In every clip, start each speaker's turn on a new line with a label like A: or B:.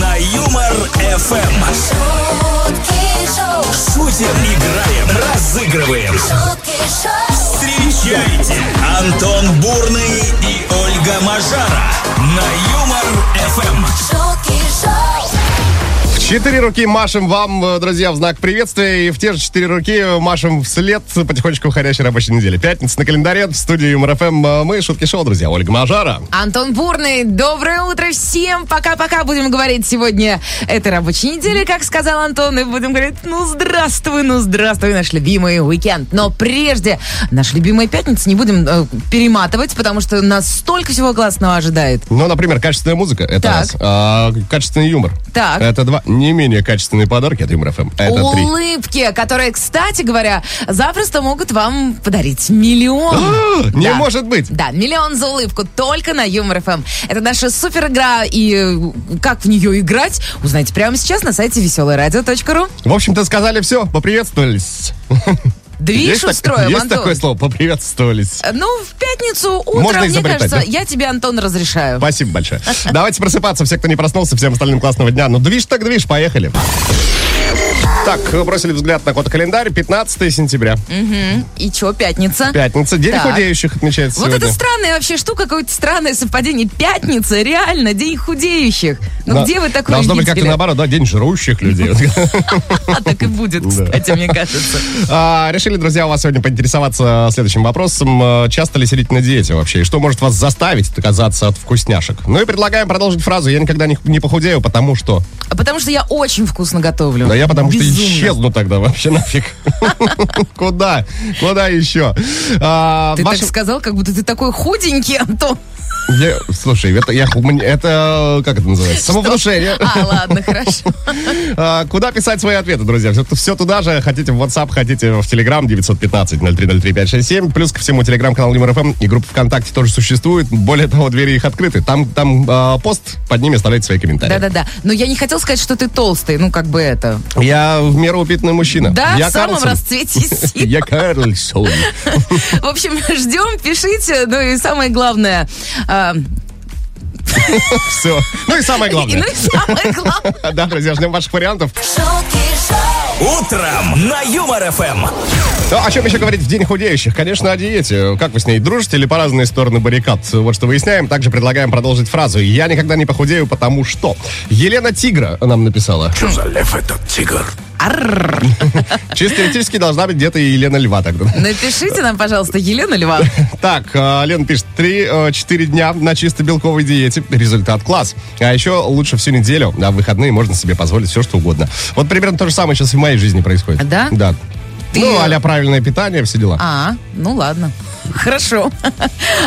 A: На Юмор ФМ. Шутим, играем, разыгрываем. Встречайте Антон Бурный и Ольга Мажара на Юмор Эм. ФМ.
B: В четыре руки машем вам, э, друзья, в знак приветствия. И в те же четыре руки машем вслед потихонечку уходящей рабочей недели. Пятница на календаре в студии Юмор ФМ. э, Мы Шутки Шоу, друзья. Ольга Мажара.
C: Антон Бурный, доброе утро всем. Пока-пока будем говорить сегодня этой рабочей недели, как сказал Антон, и будем говорить, ну здравствуй, ну здравствуй, наш любимый уикенд. Но прежде, наш любимая пятница не будем э, перематывать, потому что нас столько всего классного ожидает.
B: Ну, например, качественная музыка – это
C: Так.
B: раз. А, качественный юмор
C: Так.
B: это два. Не менее качественные подарки от Юмор ФМ – это три.
C: Улыбки, которые, кстати говоря, запросто могут вам подарить миллион.
B: А, не
C: Да.
B: может быть.
C: Да, миллион за улыбку только на Юмор ФМ. Это наша супер игра, и э, как в нее играть, узнаете прямо сейчас на сайте веселорадио.ру.
B: В общем-то, сказали все, поприветствовались.
C: Движ
B: так-
C: устроим,
B: есть
C: Антон.
B: такое слово, поприветствовались.
C: Ну, в пятницу
B: Можно
C: утром, мне
B: изобретать,
C: кажется,
B: да?
C: я тебе, Антон, разрешаю.
B: Спасибо большое. Давайте просыпаться, все, кто не проснулся, всем остальным классного дня. Ну, движ так движ, поехали. Так, бросили взгляд на код календарь, 15 сентября,
C: И чё, пятница?
B: пятница, день
C: Так.
B: худеющих отмечается
C: Вот
B: сегодня.
C: это странная вообще штука, какое-то странное совпадение. Пятница, реально, день худеющих. Ну
B: Да.
C: где вы такое
B: Должно быть
C: видели?
B: как-то наоборот, да, день жрущих людей.
C: А так и будет, кстати, мне кажется.
B: А, Решили, друзья, у вас сегодня поинтересоваться следующим вопросом. Э, Часто ли сидите на диете вообще? И что может вас заставить отказаться от вкусняшек? Ну и предлагаем продолжить фразу «Я никогда не, не похудею, потому что...»
C: А Потому что я очень вкусно готовлю.
B: Да я потому
C: Безумно.
B: что исчезну тогда вообще нафиг. Куда? Куда еще? А,
C: Ты
B: ваши-
C: так сказал, как будто ты такой худенький, Антон.
B: Я- Слушай, это, я, ху- мне- это как это называется? Самовнушение.
C: А, ладно, хорошо.
B: А, Куда писать свои ответы, друзья? Все, туда же. Хотите в WhatsApp, хотите в Telegram 915-0303-567. Плюс ко всему Telegram-канал ЮморФМ и группа ВКонтакте тоже существует. Более того, двери их открыты. Там, там а, пост, под ними оставляйте свои комментарии.
C: Да-да-да. Но я не хотел сказать, что ты толстый. Ну, как бы это.
B: Я в меру упитанный мужчина.
C: Да,
B: я
C: в самом
B: Карлсон.
C: расцвете сил.
B: Я Карлсон.
C: В общем, ждем, пишите. Ну и самое главное... а,
B: Все. Ну и самое
C: и-
B: главное.
C: ну и самое главное...
B: А, Да, друзья, ждем ваших вариантов.
A: Утром на Юмор Эм. ФМ.
B: Ну, о чем еще говорить в День худеющих? Конечно, о диете. Как вы с ней дружите или по разные стороны баррикад? Вот что выясняем. Также предлагаем продолжить фразу «Я никогда не похудею, потому что». Елена Тигра нам написала.
A: Что за лев этот тигр?
B: Чисто теоретически должна быть где-то и Елена Льва тогда.
C: Напишите нам, пожалуйста, Елена Льва.
B: Так, э, Лена пишет, 3-4 дня на чисто белковой диете. Результат класс. А еще лучше всю неделю. На выходные можно себе позволить все, что угодно. Вот примерно то же самое сейчас и в моей жизни происходит.
C: Да?
B: Да.
C: Ты-
B: Ну, а правильное питание, все дела.
C: А, ну ладно. Хорошо.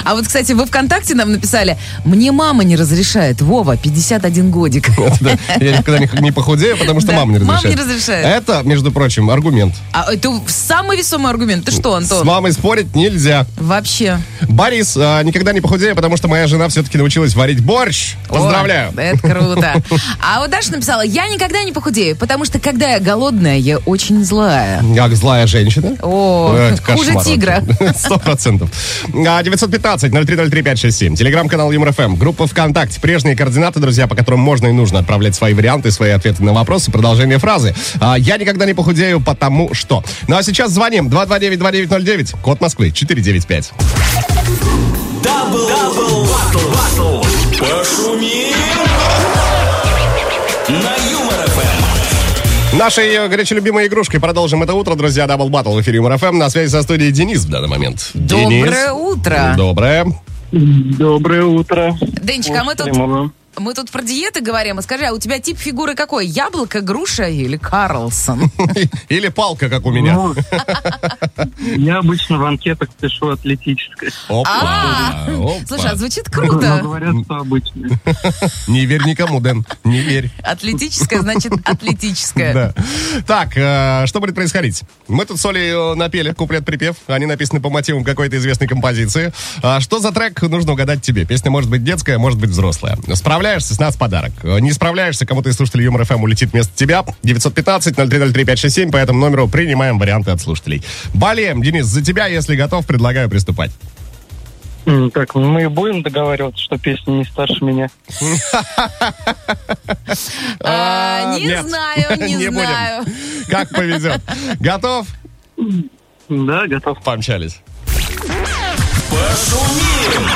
C: А вот, кстати, вы ВКонтакте нам написали, мне мама не разрешает, Вова, 51 годик.
B: Да, Я никогда не- не похудею, потому что
C: Да,
B: мама не
C: мама
B: разрешает.
C: не разрешает.
B: Это, между прочим, аргумент.
C: А это самый весомый аргумент. Ты что,
B: С
C: Антон?
B: мамой спорить нельзя.
C: Вообще.
B: Борис, а, никогда не похудею, потому что моя жена все-таки научилась варить борщ. Поздравляю.
C: О, это круто. А вот Даша написала, я никогда не похудею, потому что когда я голодная, я очень злая.
B: Как злая женщина. Э,
C: О,
B: Это
C: хуже
B: кошмар
C: тигра.
B: вообще. Сто процентов. А, 915-0303-567. Телеграм-канал ЮморФМ. Группа ВКонтакте. Прежние координаты, друзья, по которым можно и нужно отправлять свои варианты, свои ответы на вопросы, продолжение фразы. А, Я никогда не похудею, потому что. Ну а сейчас звоним. 229-2909. Код Москвы. 495.
A: Дабл, дабл, батл, батл. Пошумим. На Юмор Эм. ФМ.
B: Нашей э, горячо любимой игрушкой продолжим это утро, друзья. Дабл Баттл в эфире ЮморФМ. На связи со студией Денис в данный момент.
C: Доброе
B: Денис.
C: утро.
B: Доброе.
D: Доброе утро.
C: Денчик, а мы тут,
D: Прямого.
C: мы тут про диеты говорим. А скажи, а у тебя тип фигуры какой? Яблоко, груша или Карлсон?
B: Или палка, как у меня.
D: Ну, Я обычно в анкетах пишу атлетическое.
B: Опа.
C: А,
B: Опа.
C: Слушай, а звучит
D: Но
C: круто.
D: говорят, что обычное.
B: Не верь никому, Дэн, не верь.
C: Атлетическое значит атлетическое.
B: Да. Так, э, что будет происходить? Мы тут с Олей э, напели куплет-припев. Они написаны по мотивам какой-то известной композиции. А что за трек нужно угадать тебе? Песня может быть детская, может быть взрослая. Справляешься, с нас подарок. Э, Не справляешься, кому-то из слушателей Юмор ФМ улетит вместо тебя. 915-0303-567. По этому номеру принимаем варианты от слушателей. Болеем, Денис, за тебя, если готов, предлагаю приступать.
D: М, Так, мы будем договариваться, что песня не старше меня?
C: А,
B: А,
C: не
B: нет.
C: знаю, не,
B: Не будем.
C: знаю.
B: Как повезет. Готов?
D: Да, готов.
B: Помчались.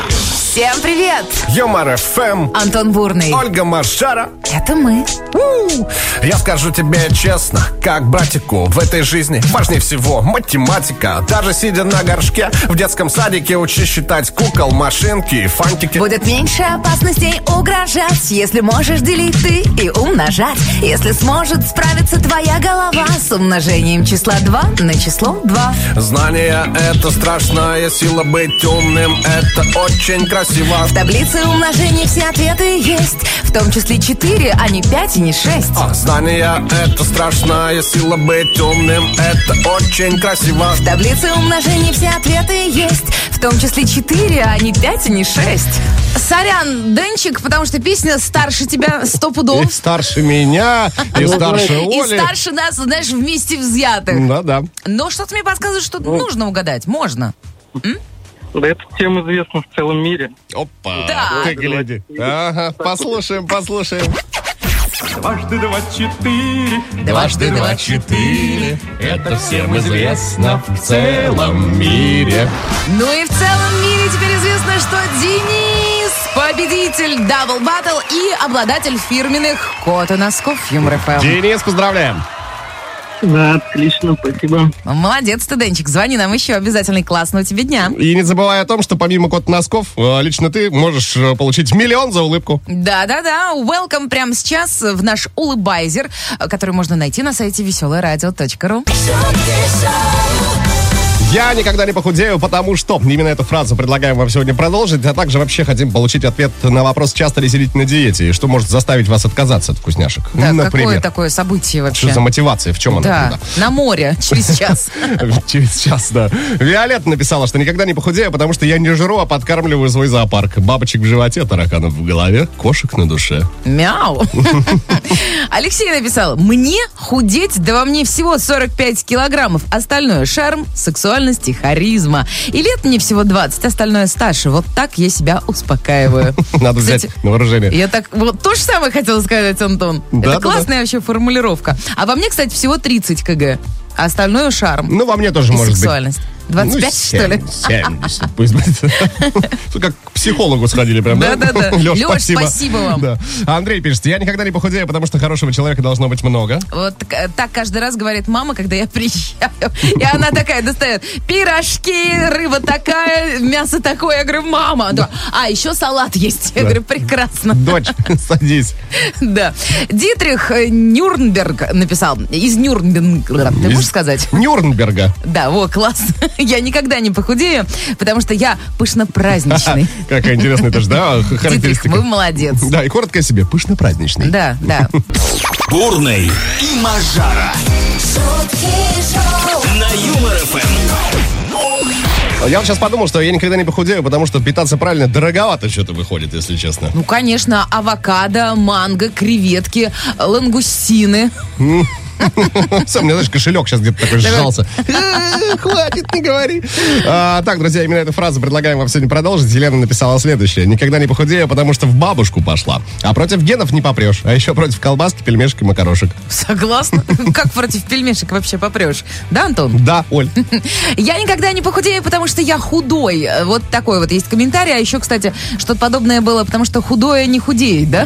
C: Всем привет!
E: Юмор ФМ.
C: Антон Бурный.
E: Ольга Маршара.
C: Это мы.
E: У! Я скажу тебе честно, как братику В этой жизни важнее всего математика Даже сидя на горшке в детском садике Учи считать кукол, машинки и фантики
F: Будет меньше опасностей угрожать, если можешь делить ты и умножать. Если сможет справиться твоя голова с умножением числа 2 на число 2.
E: Знание — это страшная сила Быть умным — это очень красиво
F: В таблице умножения все ответы есть, в том числе 4, а не 5 и не 6.
E: А, Знание — это страшная сила Быть умным — это очень красиво
F: В таблице умножения все ответы есть, в том числе 4, а не 5 и не 6.
C: Сорян, Денчик, потому что песня старше тебя сто пудов.
B: старше меня, и старше
C: Ну, И
B: Оли. Ну
C: старше нас, знаешь, вместе взятых.
B: Да-да.
C: Но что-то мне подсказывает, что нужно угадать. Можно.
D: Да, эта тема известна в целом мире.
B: Опа,
C: Да.
B: ты гляди. Ага, послушаем, послушаем.
G: Дважды два четыре,
C: Дважды два
B: четыре, это всем
G: известно
B: в целом мире.
C: Ну и в целом мире теперь известно, что Денис победитель Дабл Баттл и обладатель фирменных кота носков Юмор Эм. ФМ.
B: Денис, поздравляем.
D: Да, отлично, спасибо.
C: Молодец ты, Денчик. Звони нам еще обязательно. и Классного тебе дня.
B: И не забывай о том, что помимо кот носков, э, лично ты можешь э, получить миллион за улыбку.
C: Да-да-да, welcome прямо сейчас в наш улыбайзер, э, который можно найти на сайте веселорадио.ру.
B: Я никогда не похудею, потому что именно эту фразу предлагаем вам сегодня продолжить, а также вообще хотим получить ответ на вопрос, часто ли сидите на диете, и что может заставить вас отказаться от вкусняшек.
C: Да, какое
B: Например.
C: такое событие вообще?
B: Что за мотивация? В чем она?
C: Да,
B: труда?
C: на море через час.
B: Через час, да. Виолетта написала, что никогда не похудею, потому что я не жру, а подкармливаю свой зоопарк. Бабочек в животе, тараканов в голове, кошек на душе.
C: Мяу. Алексей написал, мне худеть, да во мне всего 45 килограммов. Остальное шарм, сексуальность и харизма. И лет мне всего 20, остальное стаж. Вот так я себя успокаиваю.
B: Надо
C: Кстати,
B: взять на вооружение.
C: Я так, вот то же самое хотела сказать, Антон.
B: Да, да,
C: Это классная вообще формулировка. А во мне, кстати, всего 30 кг. а Остальное шарм
B: Ну, во мне тоже
C: и
B: может
C: сексуальность.
B: быть. Ну,
C: 25, что ли?
B: 70, пусть будет. Тут Как к психологу сходили прям, да?
C: Да-да-да.
B: Лёш,
C: Лёш, спасибо вам.
B: Да. А Андрей пишет, я никогда не похудею, потому что хорошего человека должно быть много.
C: Вот так- э, так каждый раз говорит мама, когда я приезжаю. И она такая достает пирожки, рыба такая, мясо такое. Я говорю, мама. Она такая, А, еще салат есть. Я
B: Да.
C: говорю, прекрасно.
B: Дочь, садись.
C: Да. Дитрих э, Нюрнберг написал. Из Нюрнберга. Ты
B: Из-
C: можешь сказать?
B: Нюрнберга.
C: Да, во, класс. Я никогда не похудею, потому что я пышно-праздничный.
B: Какая интересная тоже, да,
C: Дитрих,
B: А, характеристика.
C: вы молодец.
B: Да, и коротко о себе, пышно-праздничный.
C: Да, да.
A: Бурный и Мажара. На Юмор Эм. ФМ.
B: Я вот сейчас подумал, что я никогда не похудею, потому что питаться правильно дороговато что-то выходит, если честно.
C: Ну, конечно, авокадо, манго, креветки, э, лангустины.
B: Сам, мне, знаешь, кошелек сейчас где-то такой сжался. Э, Хватит, не говори. А, Так, друзья, именно эту фразу предлагаем вам сегодня продолжить. Елена написала следующее. Никогда не похудею, потому что в бабушку пошла. А против генов не попрешь. А еще против колбаски, пельмешек и макарошек.
C: Согласна. Как против пельмешек вообще попрешь? Да, Антон?
B: Да, Оль.
C: Я никогда не похудею, потому что я худой. Э, Вот такой вот есть комментарий. А еще, кстати, что-то подобное было, потому что худое не худеет, да?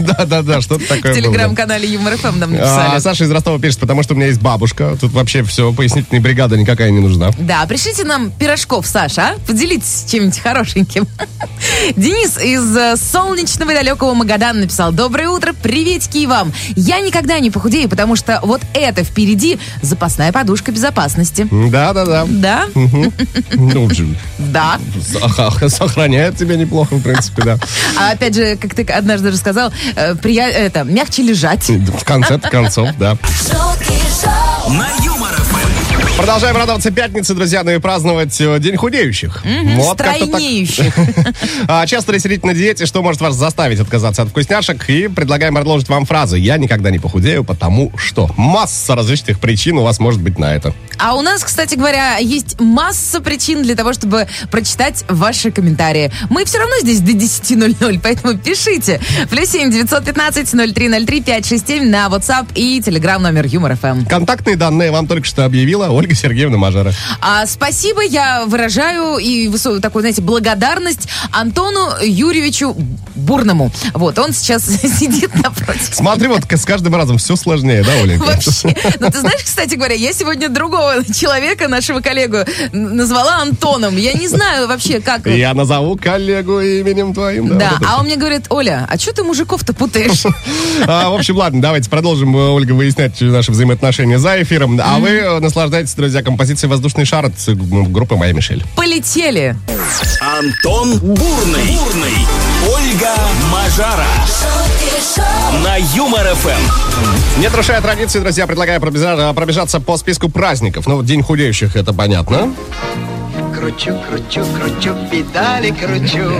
B: Да-да-да, что-то
C: В
B: такое было, да.
C: телеграм-канале Юмор ФМ нам
B: А,
C: написали.
B: Саша из Ростова пишет, потому что у меня есть бабушка. Тут вообще все, пояснительная бригада никакая не нужна.
C: Да, пришлите нам пирожков, Саша, а? Поделитесь чем-нибудь хорошеньким. Денис из э, солнечного и далекого Магадана написал. Доброе утро, приветики и вам. Я никогда не похудею, потому что вот это впереди запасная подушка безопасности.
B: Да-да-да.
C: Да?
B: Мгм. Ну, Джуль.
C: Да.
B: Сох- Сохраняет тебя неплохо, в принципе, да.
C: А опять же, как ты однажды рассказал, э, прия- это, мягче лежать.
B: В конце концов, да.
A: На Юмор Эм. ФМ.
B: Продолжаем радоваться пятнице, друзья, ну и праздновать э, День худеющих. Вот как-то так.
C: Стройнеющих.
B: А часто ли сидите на диете, что может вас заставить отказаться от вкусняшек? И предлагаем предложить вам фразы «Я никогда не похудею, потому что». Масса различных причин у вас может быть на это.
C: А у нас, кстати говоря, есть масса причин для того, чтобы прочитать ваши комментарии. Мы все равно здесь до 10.00, поэтому пишите. Плюс 7 915 0303 567 на WhatsApp и телеграм номер Юмор ФМ.
B: Контактные данные вам только что объявила Ольга Сергеевна Мажара.
C: А, спасибо, я выражаю и высо- такую, знаете, благодарность Антону Юрьевичу Бурному. Вот, он сейчас сидит напротив.
B: Смотри, вот к- с каждым разом все сложнее, да, Оленька?
C: Вообще. Ну, ты знаешь, кстати говоря, я сегодня другого человека, нашего коллегу, н- назвала Антоном. Я не знаю вообще, как...
B: Я назову коллегу именем твоим. Да.
C: Да,
B: вот это
C: а он мне говорит, Оля, а что ты мужиков-то путаешь?
B: А, в общем, ладно, давайте продолжим, э, Ольга, выяснять наши взаимоотношения за эфиром. А вы э, наслаждайтесь, друзья, композицией «Воздушный шар» от э, группы «Моя Мишель».
C: Полетели.
A: Антон Бурный. Бурный. Ольга Мажара. На Юмор ФМ.
B: Не нарушая традиции, друзья, предлагаю пробежа- э, пробежаться по списку праздников. Ну, вот День худеющих, это понятно.
H: Кручу, кручу, кручу, педали кручу.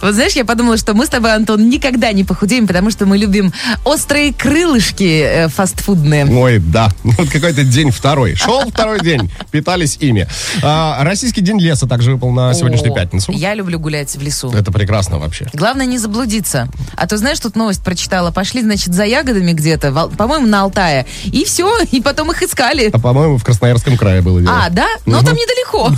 C: Вот знаешь, я подумала, что мы с тобой, Антон, никогда не похудеем, потому что мы любим острые крылышки э, фастфудные.
B: Ой, да. Вот какой-то день второй. Шел второй день, питались ими. А, Российский день леса также выпал на сегодняшнюю
C: О,
B: пятницу.
C: Я люблю гулять в лесу.
B: Это прекрасно вообще.
C: Главное не заблудиться. А то, знаешь, тут новость прочитала. Пошли, значит, за ягодами где-то, в Ал- по-моему, на Алтае. И все, и потом их искали.
B: А, по-моему, в Красноярском крае было дело.
C: А, да? Но там недалеко.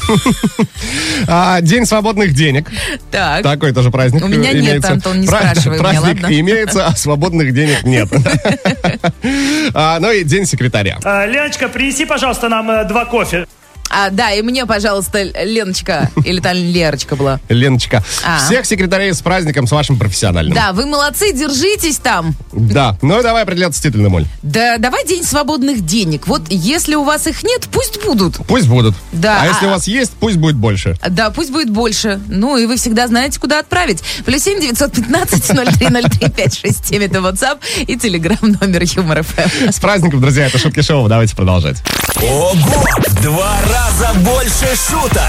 B: А, день свободных денег.
C: Так.
B: Такой тоже праздник.
C: Э, У меня нет,
B: имеется.
C: Антон, не
B: Пра-
C: спрашивай меня,
B: Праздник
C: ладно?
B: имеется, а свободных денег нет. А, Ну и день секретаря.
I: А, Леночка, принеси, пожалуйста, нам э, два кофе.
C: А, да, и мне, пожалуйста, Леночка, или там Лерочка была.
B: Леночка,
C: А.
B: всех секретарей с праздником, с вашим профессиональным.
C: Да, вы молодцы, держитесь там.
B: Да. Ну и давай определяться с титульным, Оль.
C: Да, давай день свободных денег. Вот если у вас их нет, пусть будут.
B: Пусть будут.
C: Да.
B: А если у
C: А-
B: вас есть, пусть будет больше.
C: Да, пусть будет больше. Ну, и вы всегда знаете, куда отправить. Плюс семь девятьсот пятнадцать ноль три ноль три пять шесть семь это WhatsApp и телеграм номер Юмор Эм. ФМ.
B: С праздником, друзья, это Шутки Шоу. Давайте продолжать.
A: Ого! В Два раза больше шуток.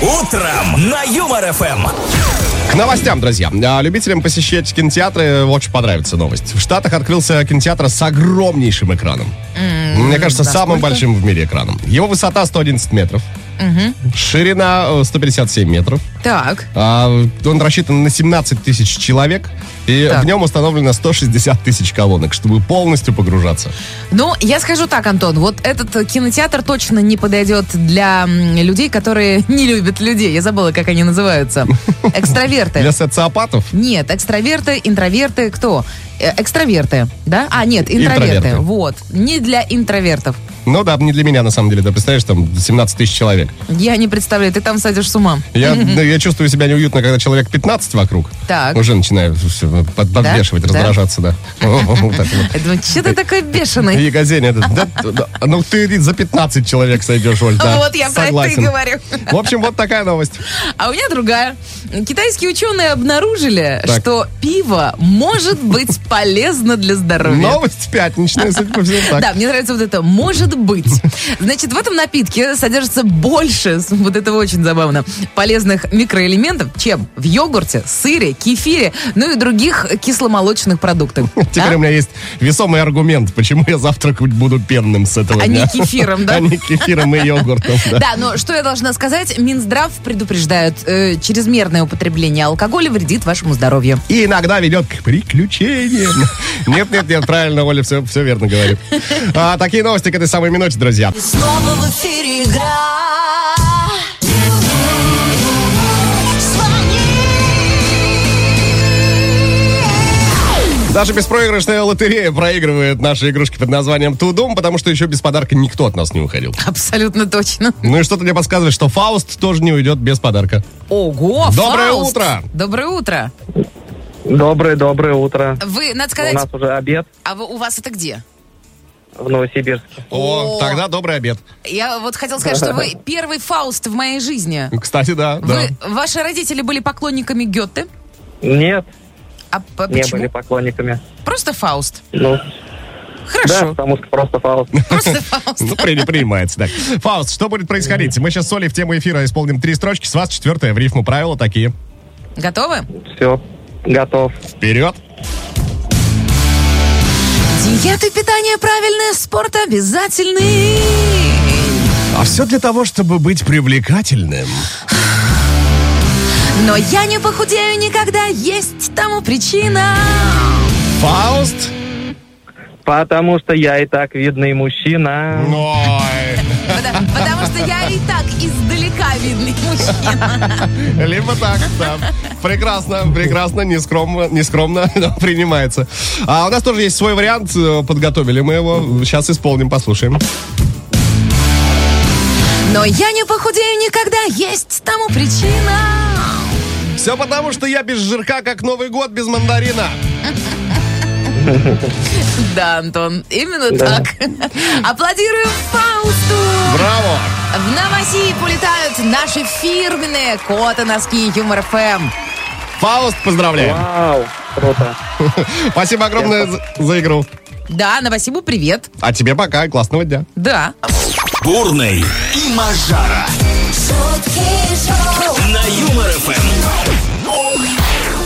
A: Утром на Юмор ФМ.
B: К новостям, друзья. А, Любителям посещать кинотеатры очень понравится новость. В Штатах открылся кинотеатр с огромнейшим экраном. Мне кажется, самым большим в мире экраном. Его высота 111 метров. Ширина э, 157 метров.
C: Так.
B: А, Он рассчитан на 17 тысяч человек. И
C: Так.
B: в нем установлено 160 тысяч колонок, чтобы полностью погружаться.
C: Ну, я скажу так, Антон, вот этот э, кинотеатр точно не подойдет для м, людей, которые не любят людей. Я забыла, как они называются.
B: Для
C: Экстраверты.
B: социопатов
C: Нет, экстраверты, интроверты, кто? Э, Экстраверты, да? А, нет, интроверты.
B: Интроверты.
C: Вот. Не для интровертов.
B: Ну да, не для меня, на самом деле. Ты представляешь, там 17 тысяч человек.
C: Я не представляю, ты там садишь с ума.
B: Я, ну, я чувствую себя неуютно, когда человек 15 вокруг.
C: Так.
B: Уже начинаю всё под- подбешивать,
C: Да?
B: раздражаться, да. Вот так вот.
C: Я думаю, что ты такой бешеный?
B: Ягозень этот, да, да, ну ты Рит, за 15 человек сойдешь, Оль, да,
C: Вот я про это и
B: согласен.
C: говорю.
B: В общем, вот такая новость.
C: А у меня другая. Китайские ученые обнаружили,
B: Так.
C: что пиво может быть полезно для здоровья.
B: Новость пятничная, судя по всему, так.
C: Да, мне нравится вот это «может быть». Значит, в этом напитке содержится больше, вот это очень забавно, полезных микроэлементов, чем в йогурте, сыре, кефире, ну и других кисломолочных продуктах.
B: Теперь
C: А?
B: у меня есть весомый аргумент, почему я завтракать буду пенным с этого
C: А не
B: дня.
C: кефиром, да?
B: А не кефиром и йогуртом, да.
C: Да, но что я должна сказать? Минздрав предупреждает, э, чрезмерное употребление алкоголя вредит вашему здоровью.
B: и иногда ведет к приключениям. Нет, нет, нет, правильно, Оля все, все верно говорит. А, такие новости к этой самой минуте, друзья.
J: Снова в эфире игра.
B: Даже беспроигрышная лотерея проигрывает наши игрушки под названием Тудум, потому что еще без подарка никто от нас не уходил.
C: Абсолютно точно.
B: Ну и что-то мне подсказывает, что Фауст тоже не уйдет без подарка.
C: Ого,
B: Доброе
C: Фауст!
B: утро!
C: Доброе утро!
D: Доброе, доброе утро.
C: Вы, надо
D: У нас
C: сказать,
D: уже обед
C: а вы- у вас это где?
D: в Новосибирске.
B: О,
C: О.
B: тогда добрый обед.
C: Я вот хотела сказать, что вы первый Фауст в моей жизни.
B: Кстати, да, да.
C: Вы, ваши родители были поклонниками Гёте?
D: Нет,
C: А п-
D: не
C: почему?
D: были поклонниками.
C: Просто Фауст.
D: Ну,
C: Хорошо.
K: Да, потому что просто фаул.
B: Ну, при- принимается, да. Фауст, что будет происходить? Мы сейчас с Олей в тему эфира исполним три строчки, с вас четвертая в рифму. Правила такие.
C: Готовы?
K: Все, готов.
B: Вперед.
C: Диета и питание правильное, спорт обязательный.
B: А все для того, чтобы быть привлекательным.
C: Но я не похудею никогда, есть тому причина.
B: Фауст.
K: Потому что я и так видный мужчина.
C: Пода- Потому что я и так издалека видный мужчина.
B: Либо так, да. Прекрасно, прекрасно, нескромно, нескромно, но принимается. А у нас тоже есть свой вариант, э, подготовили мы его. Сейчас исполним, послушаем.
C: Но я не похудею никогда, есть тому причина.
B: Все потому, что я без жирка, как Новый год без мандарина.
C: Да, Антон, именно
B: Да.
C: так. Аплодируем Фаусту!
B: Браво!
C: В Новосиб полетают наши фирменные кота-носки Юмор ФМ.
B: Фауст, поздравляем.
K: Вау, круто.
B: Спасибо огромное за, за игру.
C: Да, Новосибу привет. А
B: А тебе пока, классного дня.
C: Да.
A: Бурный и Мажара. На Юмор ФМ.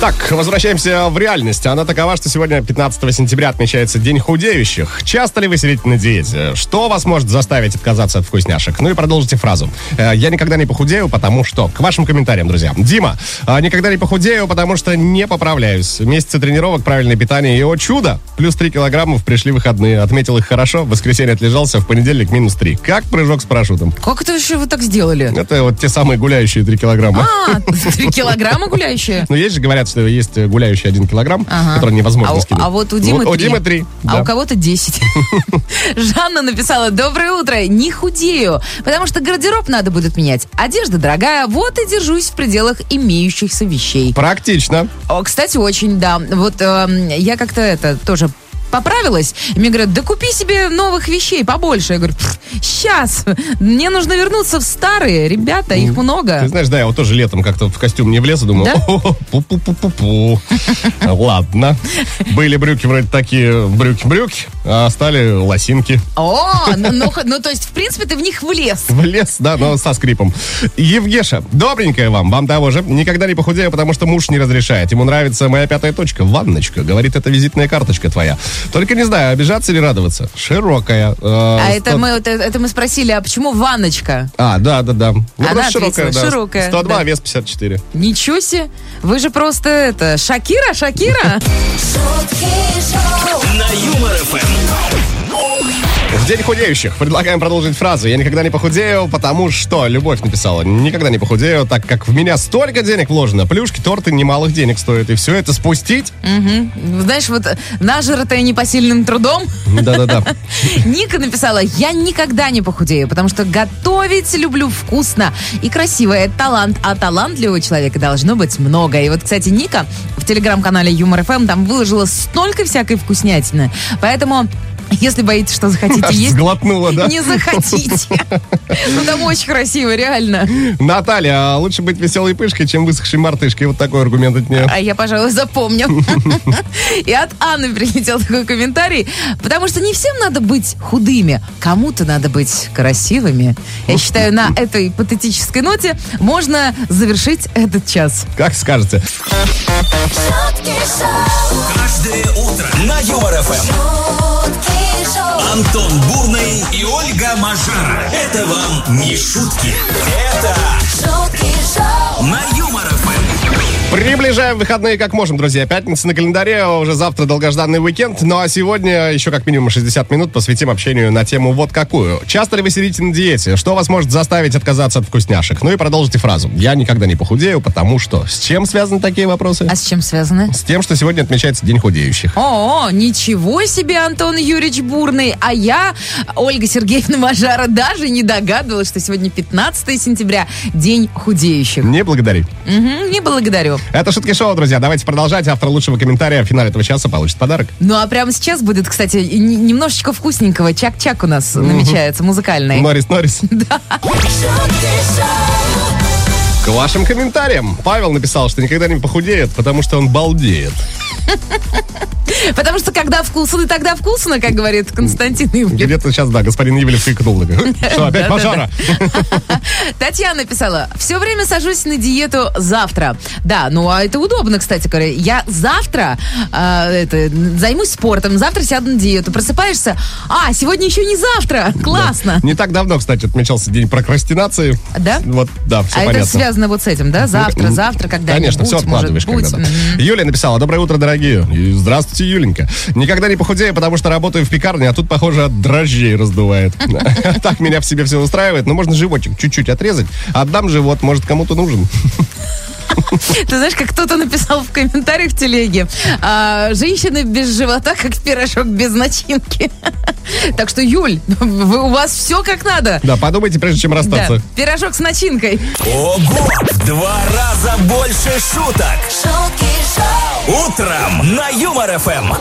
B: Так, возвращаемся в реальность. Она такова, что сегодня, 15 сентября, отмечается День худеющих. Часто ли вы сидите на диете? Что вас может заставить отказаться от вкусняшек? Ну и продолжите фразу. Э, Я никогда не похудею, потому что... К вашим комментариям, друзья. Дима, а, никогда не похудею, потому что не поправляюсь. Месяцы тренировок, правильное питание и, о чудо, плюс 3 килограммов пришли выходные. Отметил их хорошо, в воскресенье отлежался, в понедельник минус 3. Как прыжок с парашютом?
C: Как это еще вы так сделали?
B: Это вот те самые гуляющие 3 килограмма.
C: А, три килограмма гуляющие?
B: Ну, есть же, говорят, что есть э, гуляющий один килограмм,
C: Ага.
B: который невозможно
C: а, у-
B: скинуть.
C: а вот у Димы
B: У
C: три.
B: Димы три,
C: А
B: да.
C: у кого-то 10. Жанна написала, доброе утро, не худею, потому что гардероб надо будет менять. Одежда дорогая, вот и держусь в пределах имеющихся вещей.
B: Практично.
C: О, кстати, очень, да. Вот эм, я как-то это тоже поправилась. И мне говорят, да купи себе новых вещей побольше. Я говорю, сейчас, мне нужно вернуться в старые, ребята, их много.
B: Ты знаешь, да, я вот тоже летом как-то в костюм не влез и думал,
C: Да?
B: «О, пу-пу-пу-пу-пу. Ладно. Были брюки вроде такие, брюки-брюки, а стали лосинки.
C: О, ну, ну, х- ну, то есть, в принципе, ты в них влез. А
B: Влез, да, но со скрипом. Евгеша, добренькая вам, вам того же. Никогда не похудею, потому что муж не разрешает. Ему нравится моя пятая точка, ванночка. Говорит, это визитная карточка твоя. Только не знаю, обижаться или радоваться. Широкая. э,
C: А это мы, это, это мы спросили, а почему ванночка?
B: А, да, да, да. Ну,
C: Она
B: просто широкая,
C: ответила,
B: да.
C: широкая,
B: 102,
C: да.
B: вес 54.
C: Ничего себе! Вы же просто это, Шакира, Шакира!
A: На Юмор ФМ.
B: В день худеющих предлагаем продолжить фразу «Я никогда не похудею, потому что...» Любовь написала «Никогда не похудею, так как в меня столько денег вложено, плюшки, торты немалых денег стоят, и все это спустить?»
C: Мгм. Знаешь, вот нажратая непосильным трудом.
B: Да-да-да.
C: Ника написала, я никогда не похудею, потому что готовить люблю вкусно и красиво. Это талант, а талантливого человека должно быть много. И вот, кстати, Ника в телеграм-канале Юмор ФМ там выложила столько всякой вкуснятины. Поэтому, если боитесь, что захотите
B: Аж
C: есть,
B: сглотнула, да?
C: не захотите. Ну, там очень красиво, реально.
B: Наталья, а лучше быть веселой пышкой, чем высохшей мартышкой. Вот такой аргумент от нее.
C: А я, пожалуй, запомню. И от Анны прилетел такой комментарий. Потому что не всем надо быть худыми, кому-то надо быть красивыми. Я считаю, на этой патетической ноте можно завершить этот час.
B: Как скажете.
A: Каждое утро на Юмор ФМ. Антон Бурный и Ольга Мажара. Это вам не шутки. Это на Юмор ФМ.
B: Приближаем выходные как можем, друзья. Пятница на календаре, а уже завтра долгожданный уикенд. Ну а сегодня еще как минимум 60 минут посвятим общению на тему вот какую. Часто ли вы сидите на диете? Что вас может заставить отказаться от вкусняшек? Ну и продолжите фразу. Я никогда не похудею, потому что... С чем связаны такие вопросы?
C: А с чем связаны?
B: С тем, что сегодня отмечается День худеющих.
C: О, ничего себе, Антон Юрьевич Бурный. А я, Ольга Сергеевна Мажара, даже не догадывалась, что сегодня 15 сентября, день худеющих.
B: Не благодари.
C: Мгм, не благодарю.
B: Это шутки шоу, друзья. Давайте продолжать. Автор лучшего комментария в финале этого часа получит подарок.
C: Ну а прямо сейчас будет, кстати, и не- немножечко вкусненького. Чак-чак у нас намечается, музыкальный.
B: Норис, Норис. К вашим комментариям. Павел написал, что никогда не похудеет, потому что он балдеет.
C: Потому что когда вкусно, тогда вкусно, как говорит Константин Ивлев.
B: Где-то сейчас, да, господин Ивлев крикнул. такой, «Хм, Что, опять
C: Да-да-да.
B: пожара?
C: Татьяна написала, все время сажусь на диету завтра. Да, ну а это удобно, кстати говоря. Я завтра а, это, займусь спортом, завтра сяду на диету. Просыпаешься, а, сегодня еще не завтра. Классно.
B: Не так давно, кстати, отмечался день прокрастинации.
C: Да?
B: Вот, да, все
C: а
B: понятно.
C: это связано вот с этим, да? Завтра,
B: М,
C: завтра, когда
B: Конечно, все откладываешь когда-то. Юля написала, доброе утро, дорогие. И здравствуйте, Юленька. Никогда не похудею, потому что работаю в пекарне, а тут, похоже, от дрожжей раздувает. Так меня в себе все устраивает, но можно животик чуть-чуть отрезать. Отдам живот, может, кому-то нужен.
C: Ты знаешь, как кто-то написал в комментариях в телеге, а, женщины без живота, как пирожок без начинки. Так что, Юль, вы- у вас все как надо.
B: Да, подумайте, прежде чем
C: Да,
B: расстаться.
C: пирожок с начинкой.
A: Ого! В Два раза больше шуток. Утром на Юмор ФМ.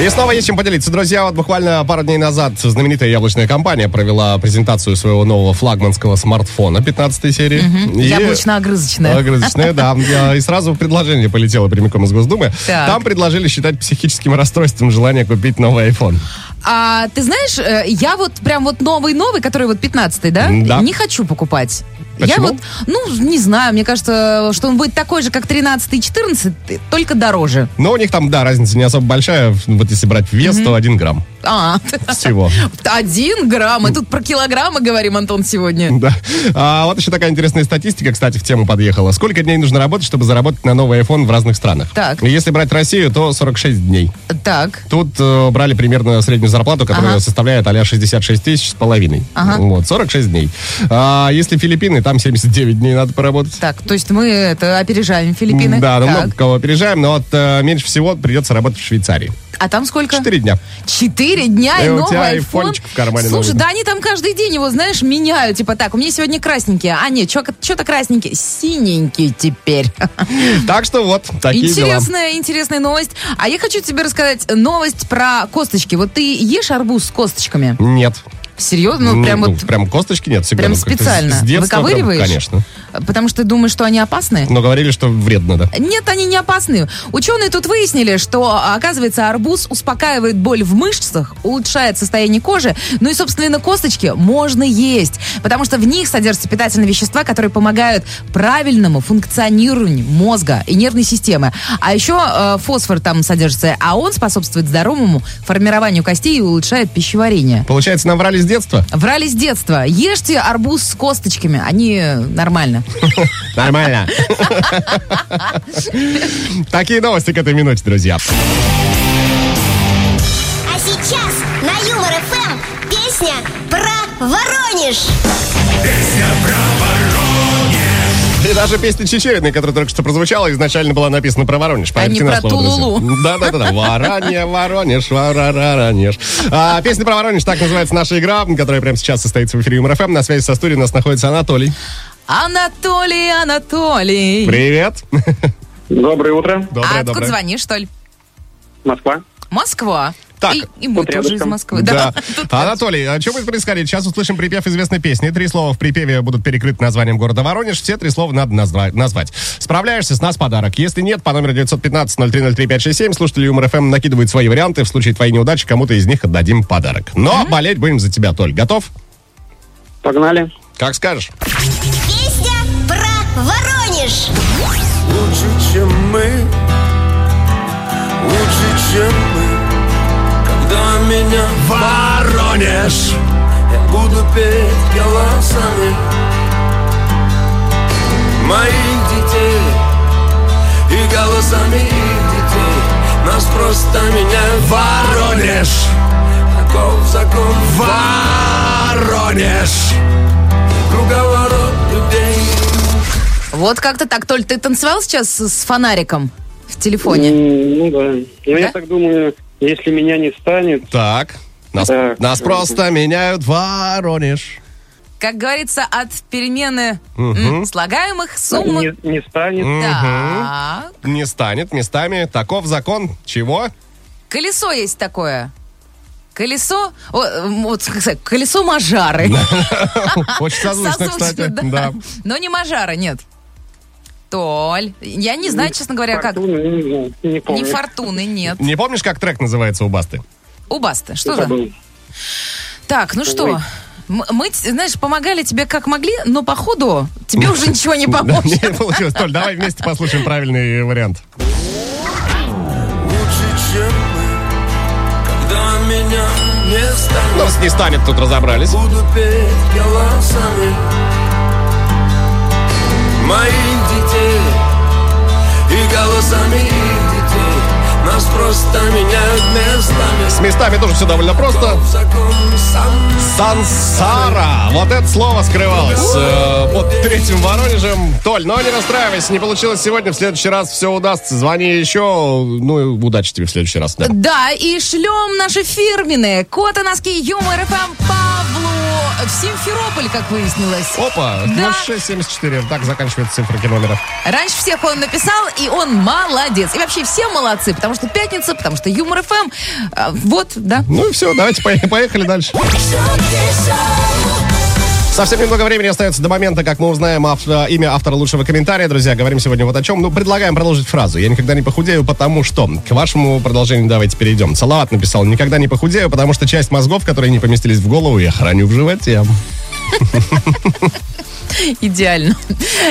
B: И снова есть чем поделиться. Друзья, вот буквально пару дней назад знаменитая яблочная компания провела презентацию своего нового флагманского смартфона 15 серии. И-
C: Яблочно-огрызочная.
B: Огрызочная, да. Я- И сразу предложение полетело прямиком из Госдумы.
C: Так.
B: Там предложили считать психическим расстройством желание купить новый iPhone.
C: А ты знаешь, э, я вот прям вот новый-новый, который вот 15-й, да?
B: Да.
C: Не хочу покупать. Я
B: Почему?
C: вот, ну, не знаю, мне кажется, что он будет такой же, как 13 и 14, только дороже.
B: Но у них там, да, разница не особо большая. Вот если брать вес, то 1 грамм
C: А,
B: всего.
C: один грамм, мы тут про килограммы говорим, Антон, сегодня.
B: Да. А вот еще такая интересная статистика, кстати, в тему подъехала. Сколько дней нужно работать, чтобы заработать на новый iPhone в разных странах?
C: Так.
B: И Если брать Россию, то 46 дней.
C: Так,
B: Тут э, брали примерно среднюю зарплату, которая
C: Ага.
B: составляет а-ля 66 тысяч с половиной.
C: Ага.
B: Вот, 46 дней. А если Филиппины, там 79 дней надо поработать.
C: так, то есть мы это опережаем Филиппины.
B: Да, ну, да,
C: Так.
B: много кого опережаем, но вот э, меньше всего придется работать в Швейцарии.
C: А там сколько?
B: Четыре дня.
C: Четыре дня и,
B: Э, у
C: новый
B: тебя
C: айфон.
B: айфончик в кармане
C: Слушай,
B: новый.
C: да они там каждый день его, знаешь, меняют. Типа так, у меня сегодня красненький. А нет, что-то красненький. Синенький теперь.
B: Так что вот, такие дела.
C: интересная, интересная новость. А я хочу тебе рассказать новость про косточки. Вот ты ешь арбуз с косточками?
B: Нет.
C: Серьезно? Ну,
B: Ну,
C: прям
B: ну,
C: вот...
B: прям косточки нет. всегда,
C: прям
B: ну, как-то с-
C: специально.
B: С детства прям,
C: Выковыриваешь?
B: конечно.
C: Потому что ты думаешь, что они опасны?
B: Но говорили, что вредно, да.
C: Нет, они не опасны. Ученые тут выяснили, что, оказывается, арбуз успокаивает боль в мышцах, улучшает состояние кожи. Ну и, собственно, косточки можно есть, потому что в них содержатся питательные вещества, которые помогают правильному функционированию мозга и нервной системы. А еще э, фосфор там содержится, а он способствует здоровому формированию костей и улучшает пищеварение.
B: Получается, нам врали с детства?
C: Врали с детства. Ешьте арбуз с косточками, они э, нормально.
B: Нормально. Такие новости к этой минуте, друзья.
L: А сейчас на Юмор ФМ песня про Воронеж.
B: И даже песня Чечерины, которая только что прозвучала, изначально была написана про Воронеж. Поверьте
C: А не
B: на
C: про
B: слово, друзья.
C: Тулулу.
B: Да-да-да. Воронье, Воронеж, Воронеж. А, песня про Воронеж, так называется наша игра, которая прямо сейчас состоится в эфире МРФМ. На связи со студией у нас находится Анатолий.
C: Анатолий, Анатолий.
B: Привет.
D: Доброе утро.
C: а
B: Доброе,
C: откуда
B: доброе.
C: звонишь, что ли?
D: Москва.
C: Москва.
B: Так.
C: И, и мы
D: Тут
C: тоже из
D: рядышком.
C: Москвы.
B: Да. Анатолий, а что будет происходить? Сейчас услышим припев известной песни. Три слова в припеве будут перекрыты названием города Воронеж. Все три слова надо назва- назвать. Справляешься, с нас подарок. Если нет, по номеру 915-0303-567 слушатели Юмор ФМ накидывают свои варианты. В случае твоей неудачи кому-то из них отдадим подарок. Но болеть будем за тебя, Толь. Готов?
D: Погнали.
B: Как скажешь.
L: Песня про Воронеж.
M: Лучше, чем мы Лучше, чем мы Когда меня воронишь Я буду петь голосами Моих детей И голосами их детей Нас просто меня воронишь Таков закон Воронеж Круговорот людей
C: Вот как-то так. Толь, ты танцевал сейчас с фонариком в телефоне?
D: М, Ну да. Я, я так думаю, если меня не станет...
B: Так. Нас,
D: Так.
B: нас просто меняют Воронеж.
C: Как говорится, от перемены
B: Мгм.
C: м, слагаемых сумм.
D: Не, не станет.
C: Так.
B: Не станет местами. Таков закон. Чего?
C: Колесо есть такое. Колесо, о, м, вот, как сказать, колесо мажары.
B: Очень созвучно,
C: Созвучно,
B: кстати.
C: да.
B: Да.
C: Но не мажара, нет. Толь. Я не знаю, честно говоря, как.
D: Не, не
C: Не фортуны, нет.
B: Не помнишь, как трек называется у Басты?
C: У Басты. Что за? Так, ну что, м- мы, т- знаешь, помогали тебе как могли, но походу тебе уже ничего не
B: Да,
C: поможет.
B: Не получилось. Толь, давай вместе послушаем правильный вариант.
M: Лучше, чем мы, когда меня не станет.
B: Ну, с не станет тут разобрались.
M: Буду петь голосами моих детей и голосами их детей. Нас просто меняют местами.
B: С местами тоже все довольно просто. Сансара. Вот это слово скрывалось э, под третьим Воронежем. Толь, но не расстраивайся, не получилось сегодня. В следующий раз все удастся. Звони еще. Ну, и удачи тебе в следующий раз. да.
C: Да, и шлем наши фирменные кота носки Юмор ФМ Павлу в Симферополь, как выяснилось.
B: Опа,
C: Да.
B: 0674. Так заканчивается цифра номера.
C: Раньше всех он написал, и он молодец. И вообще все молодцы, потому что пятница, потому что Юмор ФМ. А, Вот, да.
B: Ну и все, давайте поех- поехали дальше. Совсем немного времени остается до момента, как мы узнаем ав- э, имя автора лучшего комментария. Друзья, говорим сегодня вот о чем. Ну, предлагаем продолжить фразу. Я никогда не похудею, потому что... К вашему продолжению давайте перейдем. Салават написал. Никогда не похудею, потому что часть мозгов, которые не поместились в голову, я храню в животе.
C: Идеально.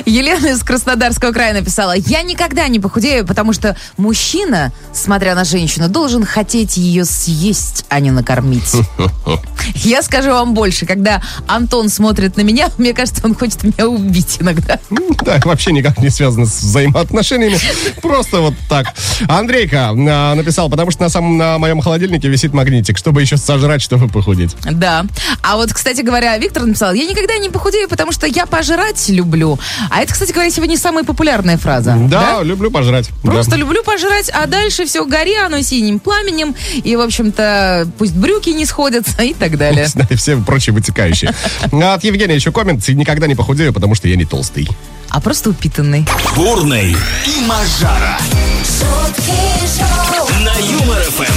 C: Елена из Краснодарского края написала, я никогда не похудею, потому что мужчина, смотря на женщину, должен хотеть ее съесть, а не накормить. Я скажу вам больше, когда Антон смотрит на меня, мне кажется, он хочет меня убить иногда.
B: Так, вообще никак не связано с взаимоотношениями. Просто вот так. Андрейка э, написал, потому что на самом на моем холодильнике висит магнитик, чтобы еще сожрать, чтобы похудеть.
C: Да. А вот, кстати говоря, Виктор написал, я никогда не похудею, потому что я пожрать люблю. А это, кстати говоря, сегодня самая популярная фраза.
B: Да, люблю пожрать. Да.
C: Просто люблю пожрать, а дальше все гори оно синим пламенем, и, в общем-то, пусть брюки не сходятся и так далее.
B: Да, и все прочие вытекающие. А От Евгения еще коммент. Никогда не похудею, потому что я не толстый.
C: А просто упитанный.
A: Бурный и Мажара. На Юмор Эм. ФМ.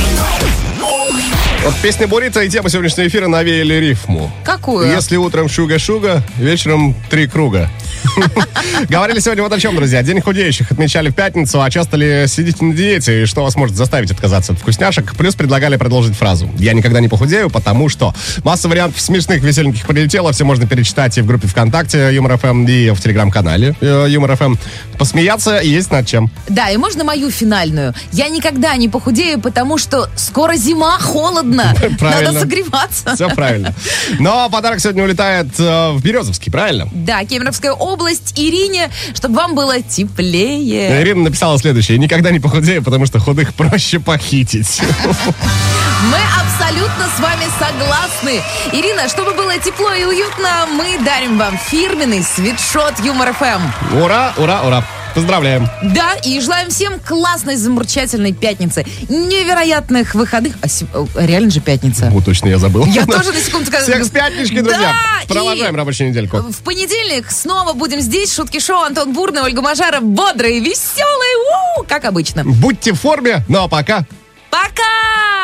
B: Вот песня Бурита и тема сегодняшнего эфира навеяли рифму.
C: Какую?
B: Если утром шуга-шуга, вечером три круга. Говорили сегодня вот о чем, друзья. День худеющих отмечали в пятницу, а часто ли сидите на диете и что вас может заставить отказаться от вкусняшек? Плюс предлагали продолжить фразу. Я никогда не похудею, потому что масса вариантов смешных, веселеньких прилетело. Все можно перечитать и в группе ВКонтакте Юмор ФМ, и в телеграм-канале э, Юмор ФМ. Посмеяться есть над чем.
C: Да, и можно мою финальную. Я никогда не похудею, потому что скоро зима, холодно.
B: Правильно.
C: Надо согреваться.
B: Все правильно. Но подарок сегодня улетает э, в Березовский, правильно?
C: Да, Кемеровская область, Ирине, чтобы вам было теплее.
B: Ирина написала следующее. Никогда не похудею, потому что худых проще похитить.
C: Мы абсолютно с вами согласны. Ирина, чтобы было тепло и уютно, мы дарим вам фирменный свитшот Юмор ФМ.
B: Ура, ура, ура. Поздравляем.
C: Да, и желаем всем классной, замурчательной пятницы, невероятных выходных. А се- э, реально же пятница.
B: Вот точно я забыл.
C: Я тоже на секунду сказала.
B: Всех с пятнички, друзья.
C: Да, и-
B: Провожаем рабочую недельку.
C: В понедельник снова будем здесь. Шутки шоу Антон Бурный, Ольга Мажара. Бодрые, веселые, у, как обычно.
B: Будьте в форме, ну а пока,
C: Пока!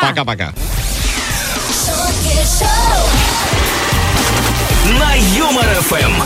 B: пока-пока.
A: На Юмор Эм. ФМ.